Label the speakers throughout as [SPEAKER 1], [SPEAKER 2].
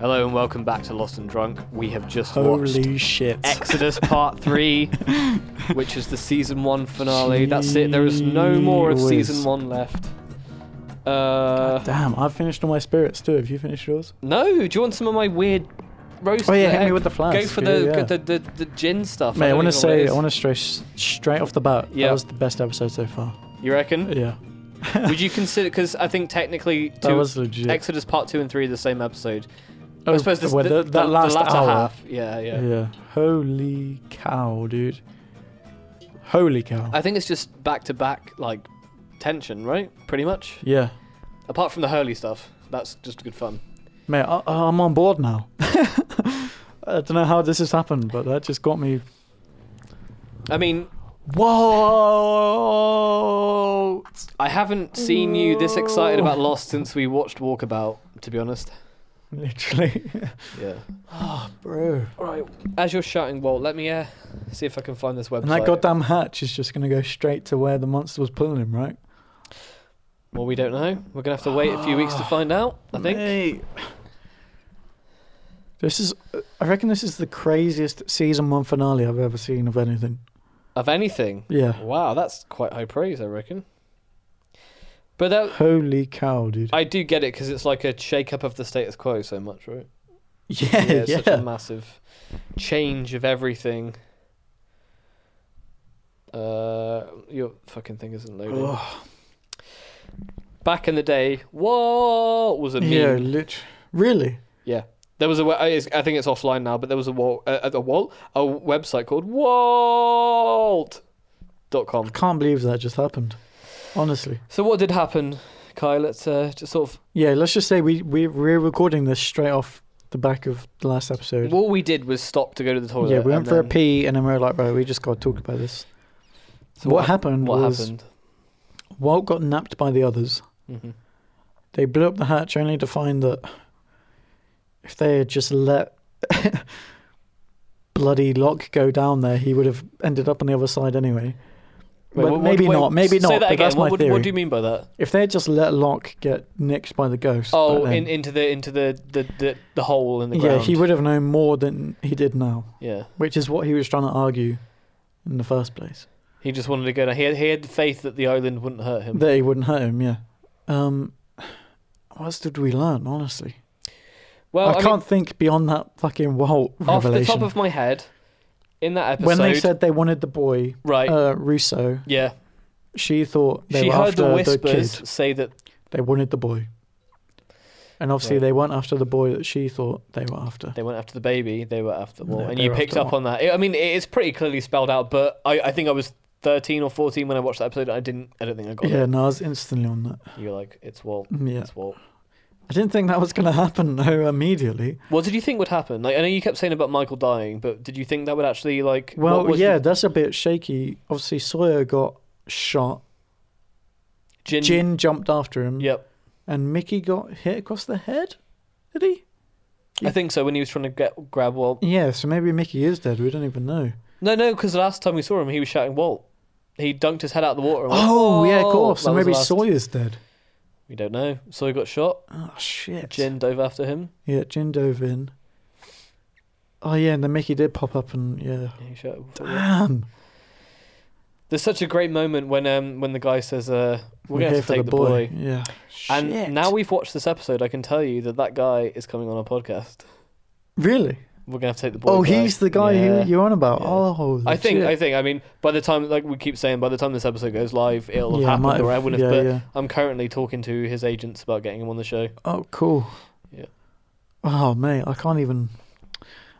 [SPEAKER 1] Hello and welcome back to Lost and Drunk. We have just watched
[SPEAKER 2] Holy shit.
[SPEAKER 1] Exodus Part 3, which is the season 1 finale. That's it. There is no more of season
[SPEAKER 2] Jeez.
[SPEAKER 1] 1 left. Uh,
[SPEAKER 2] Damn, I've finished all my spirits too. Have you finished yours?
[SPEAKER 1] no, do you want some of my weird roast?
[SPEAKER 2] Oh, yeah, hit me
[SPEAKER 1] egg?
[SPEAKER 2] with the flask.
[SPEAKER 1] Go for
[SPEAKER 2] Yeah,
[SPEAKER 1] the,
[SPEAKER 2] yeah.
[SPEAKER 1] The, the, the gin stuff.
[SPEAKER 2] Mate, I
[SPEAKER 1] don't
[SPEAKER 2] want to
[SPEAKER 1] even know what it
[SPEAKER 2] say,
[SPEAKER 1] is.
[SPEAKER 2] I want to straight straight off the bat.
[SPEAKER 1] Yeah.
[SPEAKER 2] That was the best episode so far.
[SPEAKER 1] You reckon?
[SPEAKER 2] Yeah,
[SPEAKER 1] Would you consider? Because I think technically,
[SPEAKER 2] that
[SPEAKER 1] two,
[SPEAKER 2] was legit.
[SPEAKER 1] Exodus Part Two and Three are the same episode.
[SPEAKER 2] Oh,
[SPEAKER 1] I suppose this,
[SPEAKER 2] well,
[SPEAKER 1] the,
[SPEAKER 2] that-
[SPEAKER 1] the-
[SPEAKER 2] that
[SPEAKER 1] the
[SPEAKER 2] last
[SPEAKER 1] latter
[SPEAKER 2] hour.
[SPEAKER 1] half. Yeah, yeah,
[SPEAKER 2] Yeah. Holy cow, dude. Holy cow.
[SPEAKER 1] I think it's just back to back like tension, right? Pretty much.
[SPEAKER 2] yeah.
[SPEAKER 1] Apart from the Hurley stuff, that's just good fun.
[SPEAKER 2] Mate, I, I'm on board now. I don't know how this has happened, but that just got me.
[SPEAKER 1] I mean,
[SPEAKER 2] Whoa!
[SPEAKER 1] I haven't seen you this excited about Lost since we watched Walkabout. To be honest.
[SPEAKER 2] Literally.
[SPEAKER 1] Yeah.
[SPEAKER 2] Bro.
[SPEAKER 1] All right. As you're shouting, Walt, let me uh, see if I can find this website.
[SPEAKER 2] And that goddamn hatch is just going to go straight to where the monster was pulling him, right?
[SPEAKER 1] well, we don't know. We're gonna have to wait a few weeks to find out. I think.
[SPEAKER 2] Mate. This is, I reckon this is the craziest season one finale I've ever seen of anything.
[SPEAKER 1] Of anything.
[SPEAKER 2] Yeah.
[SPEAKER 1] Wow, that's quite high praise, I reckon. But that,
[SPEAKER 2] Holy cow, dude.
[SPEAKER 1] I do get it because it's like a shake-up of the status quo so much, right?
[SPEAKER 2] yeah, yeah.
[SPEAKER 1] it's such a massive change of everything. Uh, your fucking thing isn't loading.
[SPEAKER 2] Ugh.
[SPEAKER 1] Back in the day, what was a meme?
[SPEAKER 2] yeah, lit- really?
[SPEAKER 1] There was a. we- I it's- I think it's offline now, but there was a wall, a, a wall, a website called Walt. dot com.
[SPEAKER 2] I can't believe that just happened. Honestly.
[SPEAKER 1] So what did happen, Kyle? Let's uh, just sort of
[SPEAKER 2] Yeah, let's just say we, we, we're recording this straight off the back of the last episode.
[SPEAKER 1] What we did was stop to go to the toilet.
[SPEAKER 2] yeah, we
[SPEAKER 1] and
[SPEAKER 2] went for a
[SPEAKER 1] then-
[SPEAKER 2] pee and then we were like, right, we just got to talk about this.
[SPEAKER 1] So
[SPEAKER 2] what,
[SPEAKER 1] hap-
[SPEAKER 2] happened
[SPEAKER 1] What
[SPEAKER 2] was
[SPEAKER 1] happened?
[SPEAKER 2] Walt got napped by the others.
[SPEAKER 1] Mhm.
[SPEAKER 2] They blew up the hatch only to find that if they had just let bloody Locke go down there, he would have ended up on the other side
[SPEAKER 1] Wait,
[SPEAKER 2] anyway. but
[SPEAKER 1] what- what-
[SPEAKER 2] maybe
[SPEAKER 1] wait,
[SPEAKER 2] not.
[SPEAKER 1] say
[SPEAKER 2] Maybe not.
[SPEAKER 1] That
[SPEAKER 2] but
[SPEAKER 1] again.
[SPEAKER 2] that's
[SPEAKER 1] what,
[SPEAKER 2] my
[SPEAKER 1] would-
[SPEAKER 2] theory.
[SPEAKER 1] what do you mean by that?
[SPEAKER 2] If they had just let Locke get nicked by the ghost,
[SPEAKER 1] Oh,
[SPEAKER 2] back then,
[SPEAKER 1] in, into the into the, the, the, the hole in the
[SPEAKER 2] yeah,
[SPEAKER 1] ground.
[SPEAKER 2] he would have known more than he did now,
[SPEAKER 1] Yeah,
[SPEAKER 2] which is what he was trying to argue in the first place.
[SPEAKER 1] he just wanted to go. Down. He had, he had faith that the island wouldn't hurt him.
[SPEAKER 2] That he wouldn't hurt him. Yeah. Um, what else did we learn? Honestly,
[SPEAKER 1] well,
[SPEAKER 2] I,
[SPEAKER 1] I, mean,
[SPEAKER 2] can't think beyond that fucking Walt
[SPEAKER 1] off
[SPEAKER 2] revelation.
[SPEAKER 1] the top of my head, in that episode,
[SPEAKER 2] when they said they wanted the boy
[SPEAKER 1] right,
[SPEAKER 2] uh, Russo,
[SPEAKER 1] yeah,
[SPEAKER 2] she thought they
[SPEAKER 1] she
[SPEAKER 2] were
[SPEAKER 1] heard
[SPEAKER 2] after
[SPEAKER 1] the
[SPEAKER 2] kid.
[SPEAKER 1] whispers say that.
[SPEAKER 2] They wanted the boy, and obviously
[SPEAKER 1] Right.
[SPEAKER 2] they weren't after the boy that she thought they were after.
[SPEAKER 1] They went after the baby. They were after the
[SPEAKER 2] No,
[SPEAKER 1] wall, and
[SPEAKER 2] they
[SPEAKER 1] you
[SPEAKER 2] were
[SPEAKER 1] picked
[SPEAKER 2] after
[SPEAKER 1] up
[SPEAKER 2] Walt.
[SPEAKER 1] on that. I mean, it's pretty clearly spelled out. But I, I think I was thirteen or fourteen when I watched that episode. I didn't. I don't think I got
[SPEAKER 2] Yeah, no, I was instantly on that. Mm,
[SPEAKER 1] it. You're like, it's Walt.
[SPEAKER 2] Yeah,
[SPEAKER 1] It's Walt.
[SPEAKER 2] I didn't think that was gonna happen though immediately.
[SPEAKER 1] What did you think would happen? Like, I know you kept saying about Michael dying, but did you think that would actually like?
[SPEAKER 2] Well,
[SPEAKER 1] what was
[SPEAKER 2] yeah,
[SPEAKER 1] the-
[SPEAKER 2] that's a bit shaky. Obviously, Sawyer got shot.
[SPEAKER 1] Jin.
[SPEAKER 2] Jin jumped after him,
[SPEAKER 1] Yep,
[SPEAKER 2] and Mickey got hit across the head. Did he?
[SPEAKER 1] I think so. When he was trying to get grab Walt.
[SPEAKER 2] Yeah, so maybe Mickey is dead. We don't even know.
[SPEAKER 1] No, no, because last time we saw him, he was shouting Walt. He dunked his head out the water. And went,
[SPEAKER 2] Oh, yeah, of
[SPEAKER 1] "Walt!"
[SPEAKER 2] course. So
[SPEAKER 1] That was
[SPEAKER 2] maybe
[SPEAKER 1] last-
[SPEAKER 2] Sawyer's dead.
[SPEAKER 1] We don't know. Sawyer got shot.
[SPEAKER 2] Oh shit.
[SPEAKER 1] Jin dove after him.
[SPEAKER 2] Yeah, Jin dove in. Oh yeah, and then Mickey did pop up and yeah.
[SPEAKER 1] He shouted, "Walt."
[SPEAKER 2] Damn.
[SPEAKER 1] There's such a great moment when um when the guy says uh we're, gonna
[SPEAKER 2] here
[SPEAKER 1] have to
[SPEAKER 2] for
[SPEAKER 1] take the boy.
[SPEAKER 2] Yeah.
[SPEAKER 1] And
[SPEAKER 2] Shit.
[SPEAKER 1] now we've watched this episode, I can tell you that that guy is coming on our podcast.
[SPEAKER 2] Really?
[SPEAKER 1] We're gonna have to take the boy.
[SPEAKER 2] Oh,
[SPEAKER 1] back.
[SPEAKER 2] he's the guy
[SPEAKER 1] Yeah.
[SPEAKER 2] who you're on about.
[SPEAKER 1] Yeah.
[SPEAKER 2] Oh,
[SPEAKER 1] I think I
[SPEAKER 2] legit.
[SPEAKER 1] think I mean by the time like we keep saying by the time this episode goes live it'll have
[SPEAKER 2] Yeah,
[SPEAKER 1] happened
[SPEAKER 2] might have-
[SPEAKER 1] or I wouldn't have
[SPEAKER 2] yeah,
[SPEAKER 1] but
[SPEAKER 2] yeah.
[SPEAKER 1] I'm currently talking to his agents about getting him on the show.
[SPEAKER 2] Oh, cool.
[SPEAKER 1] Yeah.
[SPEAKER 2] Oh mate, I can't even.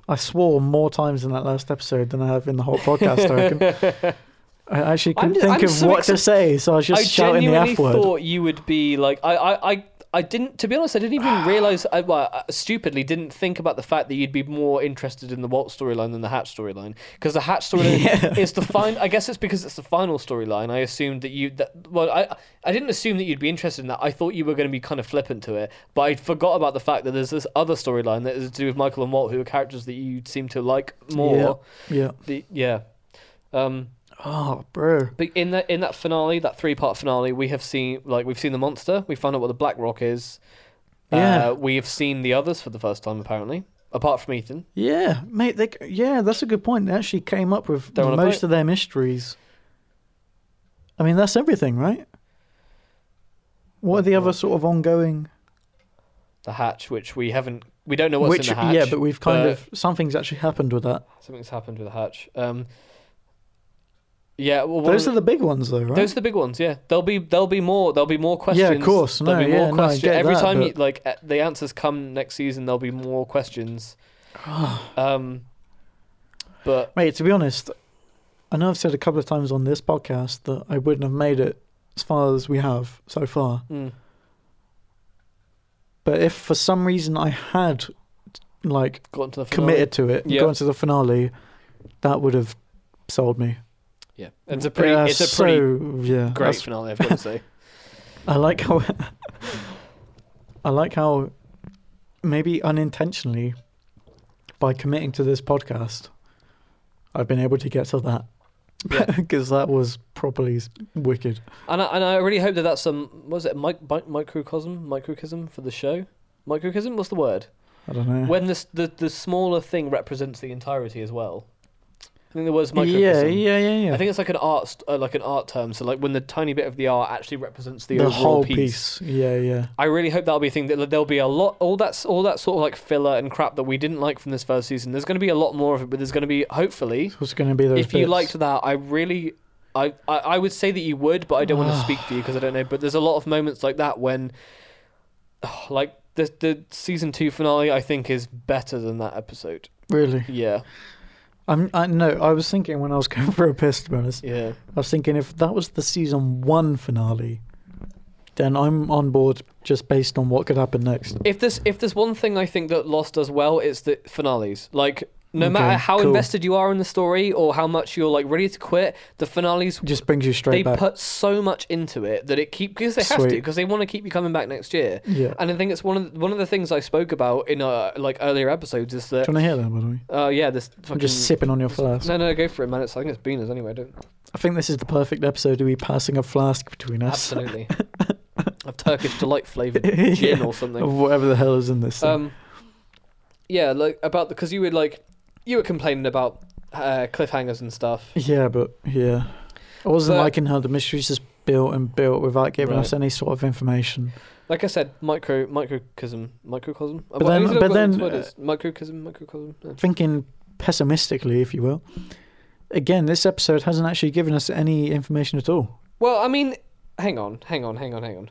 [SPEAKER 2] I swore more times in that last episode than I have in the whole podcast. I reckon. I actually
[SPEAKER 1] I'm
[SPEAKER 2] couldn't
[SPEAKER 1] just-
[SPEAKER 2] think
[SPEAKER 1] I'm
[SPEAKER 2] of
[SPEAKER 1] so
[SPEAKER 2] what
[SPEAKER 1] excit-
[SPEAKER 2] to say, so I was just
[SPEAKER 1] I
[SPEAKER 2] shouting the
[SPEAKER 1] genuinely
[SPEAKER 2] F word.
[SPEAKER 1] thought you would be like I I, I I didn't to be honest I didn't even realize I well, I stupidly didn't think about the fact that you'd be more interested in the Walt storyline than the Hatch storyline because the Hatch storyline is the final I guess it's because it's the final storyline I assumed that you that well I I didn't assume that you'd be interested in that I thought you were going to be kind of flippant to it but I forgot about the fact that there's this other storyline that is to do with Michael and Walt who are characters that you seem to like more
[SPEAKER 2] Yeah.
[SPEAKER 1] the yeah um
[SPEAKER 2] Oh, bro.
[SPEAKER 1] but in that in that finale, that three part finale, we have seen like we've seen the monster. We found out what the Black Rock is.
[SPEAKER 2] Yeah.
[SPEAKER 1] Uh, we have seen the others for the first time, apparently, apart from Ethan.
[SPEAKER 2] Yeah, mate. They, c- yeah, that's a good point. They actually came up with
[SPEAKER 1] Don't wanna
[SPEAKER 2] most
[SPEAKER 1] play-
[SPEAKER 2] of their mysteries. I mean, that's everything, right? What are the other sort of ongoing?
[SPEAKER 1] The hatch, which we haven't, we don't know what's
[SPEAKER 2] which
[SPEAKER 1] in the hatch.
[SPEAKER 2] yeah, but we've kind of something's actually happened with that.
[SPEAKER 1] something's happened with the hatch. Um, yeah, well, one
[SPEAKER 2] Those
[SPEAKER 1] of
[SPEAKER 2] are the big ones, though, right?
[SPEAKER 1] Those are the big ones, yeah. There'll be there'll be more there'll be more questions.
[SPEAKER 2] Yeah, of course.
[SPEAKER 1] There'll
[SPEAKER 2] No,
[SPEAKER 1] be
[SPEAKER 2] yeah,
[SPEAKER 1] more
[SPEAKER 2] no, I
[SPEAKER 1] questions.
[SPEAKER 2] get
[SPEAKER 1] Every
[SPEAKER 2] that,
[SPEAKER 1] time
[SPEAKER 2] but-
[SPEAKER 1] you, like a- the answers come next season, there'll be more questions. um, but
[SPEAKER 2] Mate, to be honest, I know I've said a couple of times on this podcast that I wouldn't have made it as far as we have so far.
[SPEAKER 1] mm,
[SPEAKER 2] But if for some reason I had like
[SPEAKER 1] gotten to the finale.
[SPEAKER 2] committed to it, and
[SPEAKER 1] Yeah.
[SPEAKER 2] gone to the finale, that would have sold me.
[SPEAKER 1] Yeah, it's a pretty
[SPEAKER 2] Yeah,
[SPEAKER 1] it's a pretty
[SPEAKER 2] so- yeah,
[SPEAKER 1] great
[SPEAKER 2] that's-
[SPEAKER 1] finale. I've got to say.
[SPEAKER 2] I like how I like how maybe unintentionally by committing to this podcast, I've been able to get to that
[SPEAKER 1] Yeah,
[SPEAKER 2] because that was probably s- wicked.
[SPEAKER 1] and I, and I really hope that that's some what was it mic, mic, microcosm microcosm for the show. Microcosm, what's the word?
[SPEAKER 2] I don't know.
[SPEAKER 1] When this the the smaller thing represents the entirety as well. I think the word's microcosm.
[SPEAKER 2] yeah, yeah, yeah, yeah.
[SPEAKER 1] I think it's like an art, st- uh, like an art term. So like when the tiny bit of the art actually represents the, overall
[SPEAKER 2] whole
[SPEAKER 1] piece.
[SPEAKER 2] piece. Yeah, yeah.
[SPEAKER 1] I really hope that'll be a thing that there'll be a lot, all that, all that sort of like filler and crap that we didn't like from this first season. There's going to be a lot more of it, but there's going to be hopefully,
[SPEAKER 2] It's going to be those.
[SPEAKER 1] if you
[SPEAKER 2] bits.
[SPEAKER 1] liked that, I really, I, I, I would say that you would, but I don't want to speak for you because I don't know. But there's a lot of moments like that when, like the the season two finale, I think is better than that episode.
[SPEAKER 2] really,
[SPEAKER 1] Yeah,
[SPEAKER 2] I'm. I no. I was thinking when I was going for a piss, to be honest,
[SPEAKER 1] yeah,
[SPEAKER 2] I was thinking if that was the season one finale, then I'm on board just based on what could happen next.
[SPEAKER 1] if there's if there's one thing I think that Lost does well, it's the finales. Like no
[SPEAKER 2] Okay,
[SPEAKER 1] matter how
[SPEAKER 2] cool.
[SPEAKER 1] invested you are in the story or how much you're like ready to quit, the finales
[SPEAKER 2] It just brings you straight
[SPEAKER 1] they
[SPEAKER 2] back.
[SPEAKER 1] put so much into it that it keep because they have to
[SPEAKER 2] Sweet.
[SPEAKER 1] because they want to keep you coming back next year.
[SPEAKER 2] yeah.
[SPEAKER 1] And I think it's one of the, one of the things I spoke about in uh, like earlier episodes is that
[SPEAKER 2] Do you want to hear that? By the way,
[SPEAKER 1] uh, yeah this fucking
[SPEAKER 2] I'm just sipping on your flask.
[SPEAKER 1] no no go for it man it's I think it's beaners anyway I don't
[SPEAKER 2] I think this is the perfect episode to be passing a flask between us.
[SPEAKER 1] absolutely of Turkish delight flavored
[SPEAKER 2] Yeah.
[SPEAKER 1] gin or something
[SPEAKER 2] Of whatever the hell is in this. thing.
[SPEAKER 1] Um, yeah, like about because you were like you were complaining about uh, cliffhangers and stuff.
[SPEAKER 2] Yeah, but yeah. I wasn't
[SPEAKER 1] But-
[SPEAKER 2] liking how the mysteries just built and built without giving
[SPEAKER 1] Right.
[SPEAKER 2] us any sort of information.
[SPEAKER 1] Like I said, micro microcosm, microcosm.
[SPEAKER 2] But then- but then, uh,
[SPEAKER 1] microcosm, microcosm. yeah.
[SPEAKER 2] Thinking pessimistically, if you will, again, this episode hasn't actually given us any information at all.
[SPEAKER 1] Well, I mean, hang on, hang on, hang on, hang on.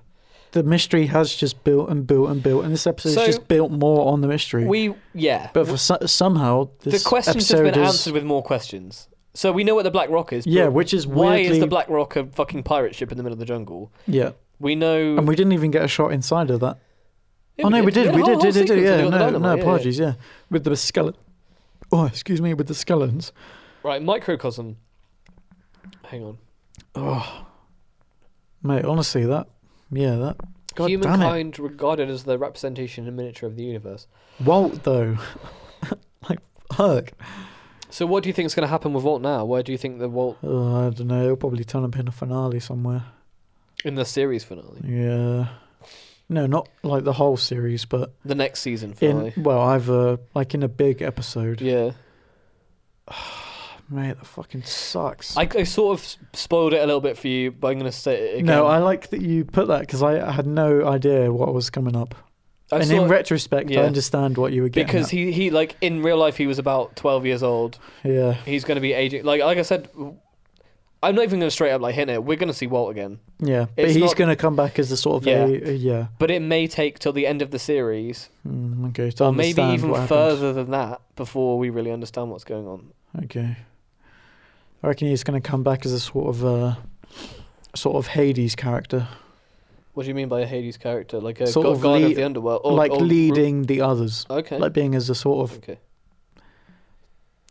[SPEAKER 2] The mystery has just built and built and built, and this episode's
[SPEAKER 1] So-
[SPEAKER 2] just built more on the mystery.
[SPEAKER 1] We yeah,
[SPEAKER 2] but for so- somehow,
[SPEAKER 1] the
[SPEAKER 2] this
[SPEAKER 1] questions have
[SPEAKER 2] episode
[SPEAKER 1] been
[SPEAKER 2] is
[SPEAKER 1] answered with more questions. So we know what the Black Rock is. but
[SPEAKER 2] yeah, which is
[SPEAKER 1] why
[SPEAKER 2] weirdly
[SPEAKER 1] is the Black Rock a fucking pirate ship in the middle of the jungle?
[SPEAKER 2] yeah,
[SPEAKER 1] We know.
[SPEAKER 2] and we didn't even get a shot inside of that.
[SPEAKER 1] Yeah,
[SPEAKER 2] oh no, we did,
[SPEAKER 1] had a
[SPEAKER 2] we
[SPEAKER 1] whole-
[SPEAKER 2] did,
[SPEAKER 1] whole
[SPEAKER 2] did, did,
[SPEAKER 1] sequence where they got
[SPEAKER 2] yeah.
[SPEAKER 1] the
[SPEAKER 2] No, no,
[SPEAKER 1] dynamite, yeah, yeah.
[SPEAKER 2] apologies, yeah. With the skeleton. Oh, excuse me, with the skeletons.
[SPEAKER 1] Right, microcosm. Hang on.
[SPEAKER 2] Oh, mate, honestly, that, yeah, that. God damn it,
[SPEAKER 1] Humankind regarded as the representation and miniature of the universe.
[SPEAKER 2] Walt though, like fuck.
[SPEAKER 1] So, what do you think is going to happen with Walt now? Where do you think the Walt
[SPEAKER 2] Oh, I don't know. He'll probably turn up in a finale somewhere.
[SPEAKER 1] in the series finale,
[SPEAKER 2] Yeah, no, not like the whole series, but
[SPEAKER 1] the next season
[SPEAKER 2] in
[SPEAKER 1] finale?
[SPEAKER 2] well, either like in a big episode.
[SPEAKER 1] yeah,
[SPEAKER 2] Mate, that fucking sucks.
[SPEAKER 1] I, I sort of s- spoiled it a little bit for you, but I'm going to say it again.
[SPEAKER 2] no, I like that you put that because I had no idea what was coming up.
[SPEAKER 1] I
[SPEAKER 2] and
[SPEAKER 1] saw
[SPEAKER 2] in
[SPEAKER 1] it
[SPEAKER 2] retrospect,
[SPEAKER 1] yeah.
[SPEAKER 2] I understand what you were getting.
[SPEAKER 1] because he he like in real life he was about 12 years old.
[SPEAKER 2] he, yeah,
[SPEAKER 1] He's going to be aging. Like like I said, I'm not even going to straight up like hint it. We're going to see Walt again,
[SPEAKER 2] yeah, but
[SPEAKER 1] It's
[SPEAKER 2] he's
[SPEAKER 1] not-
[SPEAKER 2] gonna come back as a sort of
[SPEAKER 1] Yeah.
[SPEAKER 2] a, a yeah.
[SPEAKER 1] but it may take till the end of the series,
[SPEAKER 2] Mm, okay, to
[SPEAKER 1] or maybe
[SPEAKER 2] understand
[SPEAKER 1] even
[SPEAKER 2] what happened.
[SPEAKER 1] further than that, before we really understand what's going on.
[SPEAKER 2] Okay, I reckon he's going to come back as a sort of uh, sort of Hades character,
[SPEAKER 1] What do you mean by a Hades character? Like a
[SPEAKER 2] Sort
[SPEAKER 1] god,
[SPEAKER 2] of
[SPEAKER 1] god of
[SPEAKER 2] lead-
[SPEAKER 1] the underworld, or,
[SPEAKER 2] like
[SPEAKER 1] or-
[SPEAKER 2] leading the others,
[SPEAKER 1] Okay.
[SPEAKER 2] like being as a sort of
[SPEAKER 1] okay.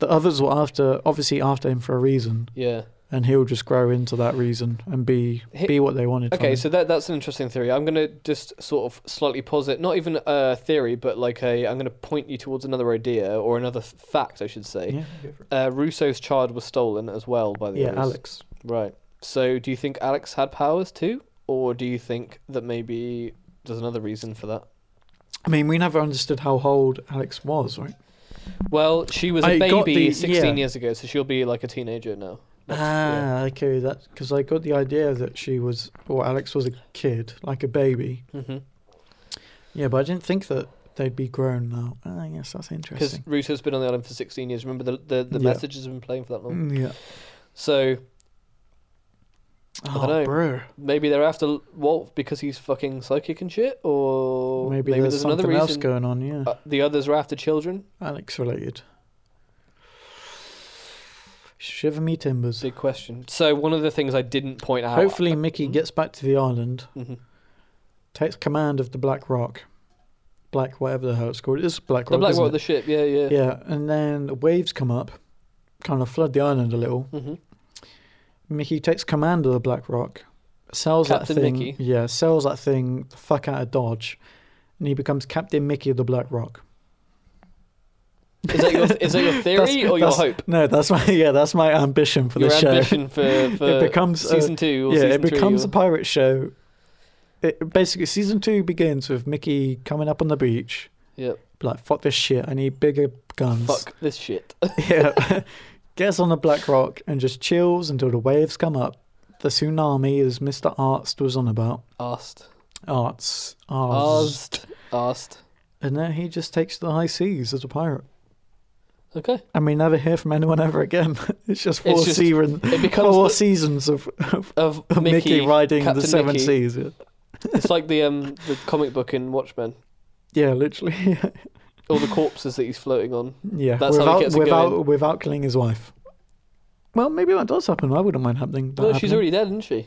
[SPEAKER 2] the others were after, obviously after him for a reason,
[SPEAKER 1] Yeah.
[SPEAKER 2] and he'll just grow into that reason and be
[SPEAKER 1] He-
[SPEAKER 2] be what they wanted. from
[SPEAKER 1] Okay.
[SPEAKER 2] him.
[SPEAKER 1] So that that's an interesting theory. I'm gonna just sort of slightly posit, not even a theory, but like a. I'm gonna point you towards another idea or another f- fact, I should say.
[SPEAKER 2] yeah,
[SPEAKER 1] Uh, Russo's child was stolen as well by the
[SPEAKER 2] yeah,
[SPEAKER 1] others.
[SPEAKER 2] Alex.
[SPEAKER 1] Right. So do you think Alex had powers too, or do you think that maybe there's another reason for that?
[SPEAKER 2] I mean, we never understood how old Alex was, right?
[SPEAKER 1] Well, she was a
[SPEAKER 2] I got
[SPEAKER 1] baby
[SPEAKER 2] the-
[SPEAKER 1] 16
[SPEAKER 2] yeah.
[SPEAKER 1] years ago, so she'll be like a teenager now. That's- yeah.
[SPEAKER 2] Ah, okay. That's because I got the idea that she was, or Alex was a kid, like a baby.
[SPEAKER 1] Mhm.
[SPEAKER 2] Yeah, but I didn't think that they'd be grown now. Ah, yes, that's
[SPEAKER 1] Because
[SPEAKER 2] interesting.
[SPEAKER 1] Ruto's been on the island for 16 years. Remember, the, the, the
[SPEAKER 2] Yeah.
[SPEAKER 1] messages have been playing for that long.
[SPEAKER 2] Mm, Yeah.
[SPEAKER 1] So
[SPEAKER 2] Oh,
[SPEAKER 1] dunno.
[SPEAKER 2] bro.
[SPEAKER 1] maybe they're after Wolf because he's fucking psychic and shit, or
[SPEAKER 2] Maybe, there's,
[SPEAKER 1] another
[SPEAKER 2] something
[SPEAKER 1] reason.
[SPEAKER 2] else going on. Yeah,
[SPEAKER 1] Uh, the others are after children.
[SPEAKER 2] Alex related. Shiver me timbers.
[SPEAKER 1] Big question. So one of the things I didn't point out.
[SPEAKER 2] Hopefully,
[SPEAKER 1] Mm-hmm.
[SPEAKER 2] Mickey gets back to the island,
[SPEAKER 1] Mhm.
[SPEAKER 2] takes command of the Black Rock, Black whatever the hell it's called. It's Black
[SPEAKER 1] the
[SPEAKER 2] Rock.
[SPEAKER 1] black
[SPEAKER 2] isn't
[SPEAKER 1] rock,
[SPEAKER 2] it?
[SPEAKER 1] the ship. Yeah, yeah.
[SPEAKER 2] Yeah, and then the waves come up, kind of flood the island a little.
[SPEAKER 1] hmm
[SPEAKER 2] Mickey takes command of the Black Rock, sells
[SPEAKER 1] Captain
[SPEAKER 2] that thing.
[SPEAKER 1] Mickey.
[SPEAKER 2] Yeah, sells that thing the fuck out of Dodge, and he becomes Captain Mickey of the Black Rock.
[SPEAKER 1] Is that your is that your
[SPEAKER 2] That's-
[SPEAKER 1] theory or your
[SPEAKER 2] that's-
[SPEAKER 1] hope?
[SPEAKER 2] No, that's my yeah, that's my ambition for
[SPEAKER 1] Your
[SPEAKER 2] the show.
[SPEAKER 1] ambition for, for
[SPEAKER 2] it becomes a-
[SPEAKER 1] season two or
[SPEAKER 2] yeah,
[SPEAKER 1] season
[SPEAKER 2] it becomes
[SPEAKER 1] three.
[SPEAKER 2] a pirate show. It basically season two begins with Mickey coming up on the beach,
[SPEAKER 1] Or, yep.
[SPEAKER 2] like fuck this shit, I need bigger guns.
[SPEAKER 1] Fuck this shit.
[SPEAKER 2] yeah. Gets on the black rock and just chills until the waves come up. The tsunami, as Mr. Arts was on about.
[SPEAKER 1] Asked.
[SPEAKER 2] Arts. Arts.
[SPEAKER 1] Asked. Asked.
[SPEAKER 2] And then he just takes to the high seas as a pirate.
[SPEAKER 1] Okay.
[SPEAKER 2] And we never hear from anyone ever again. it's just four,
[SPEAKER 1] It's just-
[SPEAKER 2] season,
[SPEAKER 1] It becomes
[SPEAKER 2] four
[SPEAKER 1] the-
[SPEAKER 2] seasons of, of
[SPEAKER 1] of
[SPEAKER 2] Mickey, riding
[SPEAKER 1] Captain
[SPEAKER 2] the seven
[SPEAKER 1] Mickey.
[SPEAKER 2] seas. Yeah,
[SPEAKER 1] It's like the um the comic book in Watchmen.
[SPEAKER 2] Yeah, literally. yeah.
[SPEAKER 1] All the corpses that he's floating on.
[SPEAKER 2] yeah.
[SPEAKER 1] That's how he
[SPEAKER 2] without,
[SPEAKER 1] gets it
[SPEAKER 2] without,
[SPEAKER 1] going.
[SPEAKER 2] without killing his wife. Well, maybe that does happen. I wouldn't mind happening. That
[SPEAKER 1] No, she's
[SPEAKER 2] happening.
[SPEAKER 1] already dead, isn't she?